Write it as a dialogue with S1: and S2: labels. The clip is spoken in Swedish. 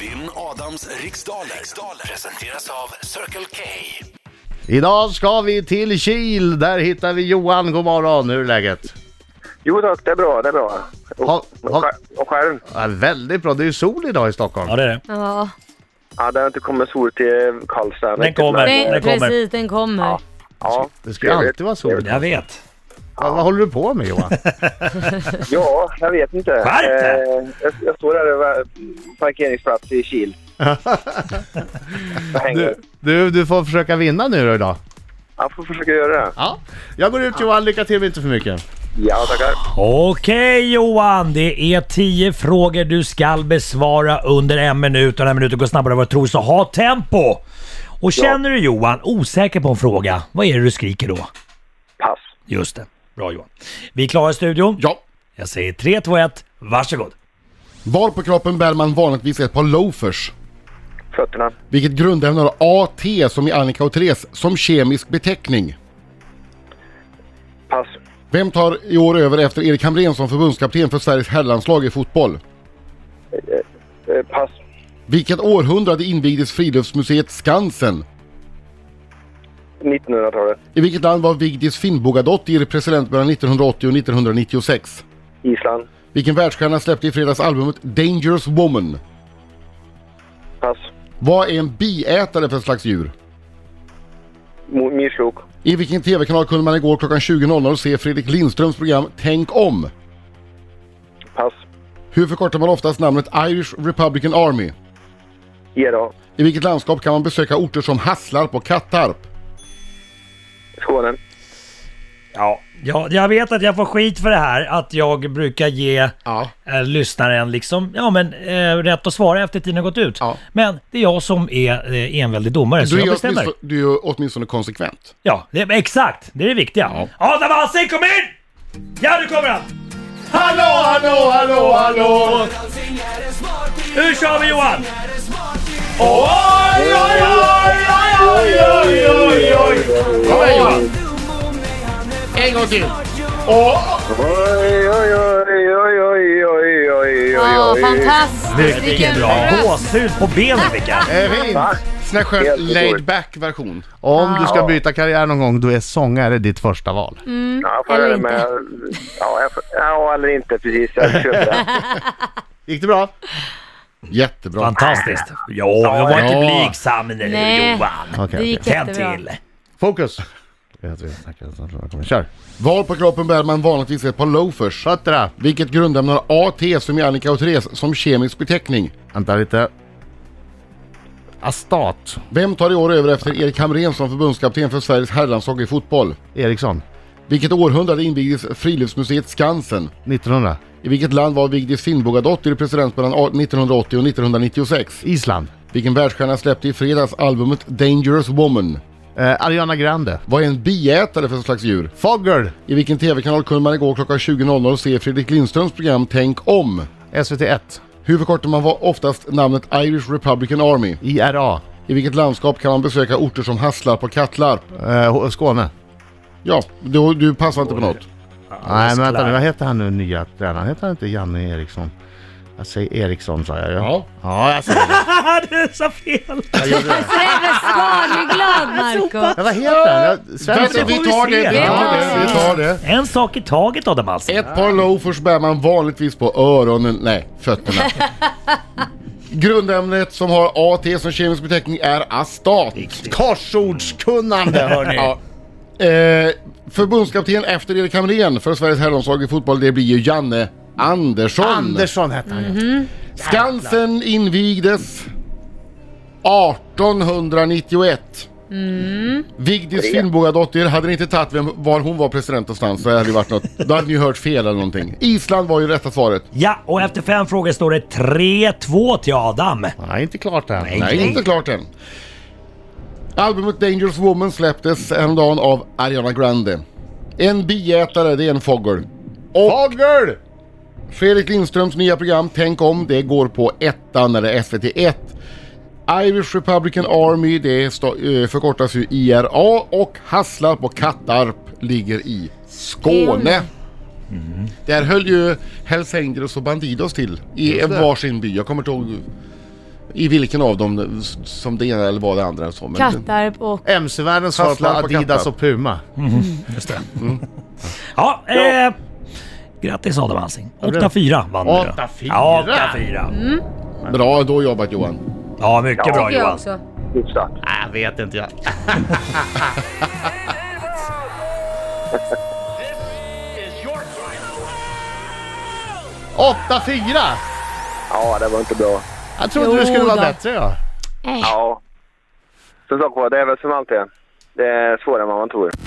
S1: Vinn Adams riksdaler. riksdaler presenteras av Circle K.
S2: Idag ska vi till Kil, där hittar vi Johan. God morgon, hur är läget?
S3: Jo tack, det är bra, det är bra. Och,
S2: Ha- ha-
S3: och, sj- och själv?
S2: Ja, väldigt bra, det är ju sol idag i Stockholm.
S4: Ja, det är det.
S5: Ja,
S3: Ja, det har inte kommit sol till Karlstad än
S4: Den
S3: riktigt,
S4: kommer.
S3: men,
S5: den,
S4: den kommer.
S5: precis, den kommer.
S3: Ja. Ja,
S2: Det ska ju alltid vara sol.
S4: Jag vet.
S2: Vad, vad håller du på med Johan?
S3: ja, jag vet inte.
S4: Skärp dig!
S3: Eh, jag, jag står här över parkeringsplats i Kil. Jag hänger.
S2: Du, du, du får försöka vinna nu då idag.
S3: Jag får försöka göra det.
S2: Ja. Jag går ut Johan, lycka till men inte för mycket.
S3: Ja, tackar.
S4: Okej Johan, det är 10 frågor du ska besvara under en minut och den här minuten går snabbare än vad du tror, så ha tempo! Och känner du Johan osäker på en fråga, vad är det du skriker då?
S3: Pass.
S4: Just det. Bra Johan. Vi klarar studion.
S6: Ja.
S4: Jag säger 3, 2, 1, varsågod.
S6: Var på kroppen bär man vanligtvis ett par loafers?
S3: Fötterna.
S6: Vilket grundämne har AT som i Annika och Therese som kemisk beteckning?
S3: Pass.
S6: Vem tar i år över efter Erik Hamrén som förbundskapten för Sveriges herrlandslag i fotboll?
S3: Eh, pass.
S6: Vilket århundrade invigdes friluftsmuseet Skansen?
S3: 1900-talet.
S6: I vilket land var Vigdis Finnbogadottir president mellan 1980 och 1996?
S3: Island.
S6: Vilken världsstjärna släppte i fredags albumet Dangerous Woman?
S3: Pass.
S6: Vad är en biätare för slags djur?
S3: Mo- Myrskog.
S6: I vilken TV-kanal kunde man igår klockan 20.00 se Fredrik Lindströms program Tänk om?
S3: Pass.
S6: Hur förkortar man oftast namnet Irish Republican Army?
S3: Gera.
S6: I vilket landskap kan man besöka orter som Hasslarp och Kattarp?
S3: Skåne.
S4: Ja. ja, jag vet att jag får skit för det här, att jag brukar ge
S6: Ja.
S4: eh, lyssnaren liksom, ja men eh, rätt att svara efter tiden har gått ut.
S6: Ja.
S4: Men det är jag som är eh, enväldig domare, så
S6: Du är,
S4: jag
S6: ju
S4: bestämmer.
S6: åtminstone, du är ju åtminstone konsekvent.
S4: Ja, det, exakt! Det är det viktiga. Adam Alsing, kom in! Ja, nu kommer han!
S2: Hallå, hallå, hallå, hallå!
S4: Nu kör vi Johan!
S2: Oj, oj, oj, oj, oj, oj, oj, oj! En gång till!
S3: Oj, oj, oj, oj, oj, oj, oj,
S5: Ja,
S3: oj, oj.
S5: fantastiskt! Vilken
S4: bra
S5: röst!
S4: gåshud på benen vilka.
S6: Äh, fint!
S3: Va?
S6: Sån här skön
S3: Helt otroligt.
S6: laid back version.
S2: Om du ska byta karriär någon gång, då är sångare ditt första val.
S3: Ja, jag får
S5: Mm, Eller
S3: göra det
S5: inte.
S3: med... Ja, jag får... ja, eller inte precis. Jag köper det.
S2: Gick det bra?
S6: Jättebra.
S4: Fantastiskt. Ja, jag var inte
S6: Ja.
S4: blygsam nu
S5: Nej.
S4: Johan.
S2: Okej,
S5: Det
S2: okej.
S5: gick
S4: Tänd
S5: jättebra.
S4: till.
S2: Fokus! Jag tror jag snackar snart, jag kommer- Kör!
S6: Var på kroppen bär man vanligtvis ett par loafers?
S2: Fötterna!
S6: Vilket grundämne har AT som i Annika och Therese som kemisk beteckning?
S2: Vänta lite. Astat.
S6: Vem tar i år över efter Erik Hamrén som förbundskapten för Sveriges herrlandslag i fotboll?
S2: Eriksson.
S6: Vilket århundrade invigdes friluftsmuseet Skansen?
S2: 1900.
S6: I vilket land var Vigdis Finnbogadottir president mellan 1980 och 1996?
S2: Island.
S6: Vilken världsstjärna släppte i fredags albumet Dangerous Woman?
S2: Eh, Ariana Grande.
S6: Vad är en biätare för slags djur?
S2: Fogger.
S6: I vilken TV-kanal kunde man igår klockan 20.00 se Fredrik Lindströms program Tänk om?
S2: SVT1.
S6: Hur förkortar man va- oftast namnet Irish Republican Army?
S2: IRA.
S6: I vilket landskap kan man besöka orter som Hasslarp och Kattlarp?
S2: Eh, H- Skåne.
S6: Ja, du, du passar inte på något.
S2: Nej men vänta
S4: klar.
S2: nu, vad heter han nu nya tränaren? Heter han inte Janne Eriksson? Jag säger Eriksson sa jag ja.
S6: Ja.
S2: Ja, jag säger det.
S4: du sa fel.
S5: Så jävla skadeglad Marco
S2: Ja, vad heter han? Jag-
S6: Vänta,
S2: Svensson.
S6: vi tar det, vi tar det, vi tar det.
S4: En sak i taget Adam Alsing.
S2: Alltså,
S6: Ett par loafers bär man vanligtvis på öronen, nej, fötterna. Grundämnet som har AT som kemisk beteckning är astat.
S2: Korsordskunnande hörni.
S6: Ja. Eh, förbundskapten efter Erik Hamrén för Sveriges herrlandslag i fotboll, det blir ju Janne Andersson.
S2: Andersson hette han
S5: Mhm.
S2: ju.
S6: Skansen invigdes 1891. Vigdis Finnbogadottir, hade ni inte tagit vem, var hon var president någonstans så hade det varit något, då hade ni ju hört fel eller någonting. Island var ju rätta svaret.
S4: Ja, och efter fem frågor står det 3-2 till Adam.
S2: Nej, inte klart än.
S4: Nej.
S6: Nej, inte klart än. Albumet Dangerous Woman släpptes häromdagen av Ariana Grande. En biätare, det är en fågel. Och
S2: Fogger!
S6: Fredrik Lindströms nya program Tänk om, det går på ettan eller SVT1. Irish Republican Army, det sta- eh, förkortas ju IRA och Hasslarp och Kattarp ligger i Skåne. Där höll ju Hells Angels och Bandidos till i en varsin by. Jag kommer inte ihåg I vilken av dem s- som det ena eller var det andra. Så, men,
S7: Kattarp och...
S2: MC-världens svar på
S6: Hasslar på
S2: Adidas
S6: katten.
S2: och Puma.
S4: Just det. Mm. Ja, eh, grattis Adam Alsing. 8-4 vann du.
S2: 8-4.
S4: Ja, 8-4.
S6: Bra då jobbat Johan.
S4: Ja, mycket bra
S5: Mm. Tycker jag
S4: Johan.
S5: också.
S3: hyfsat.
S2: Ah, Jag vet inte jag. Åtta fyra!
S3: Ja, det var inte bra.
S2: Jag trodde
S5: Jo
S2: du skulle vara
S5: då.
S2: bättre ja.
S3: Ja. Som sagt var, det är väl som alltid. Det är svårare än vad man tror.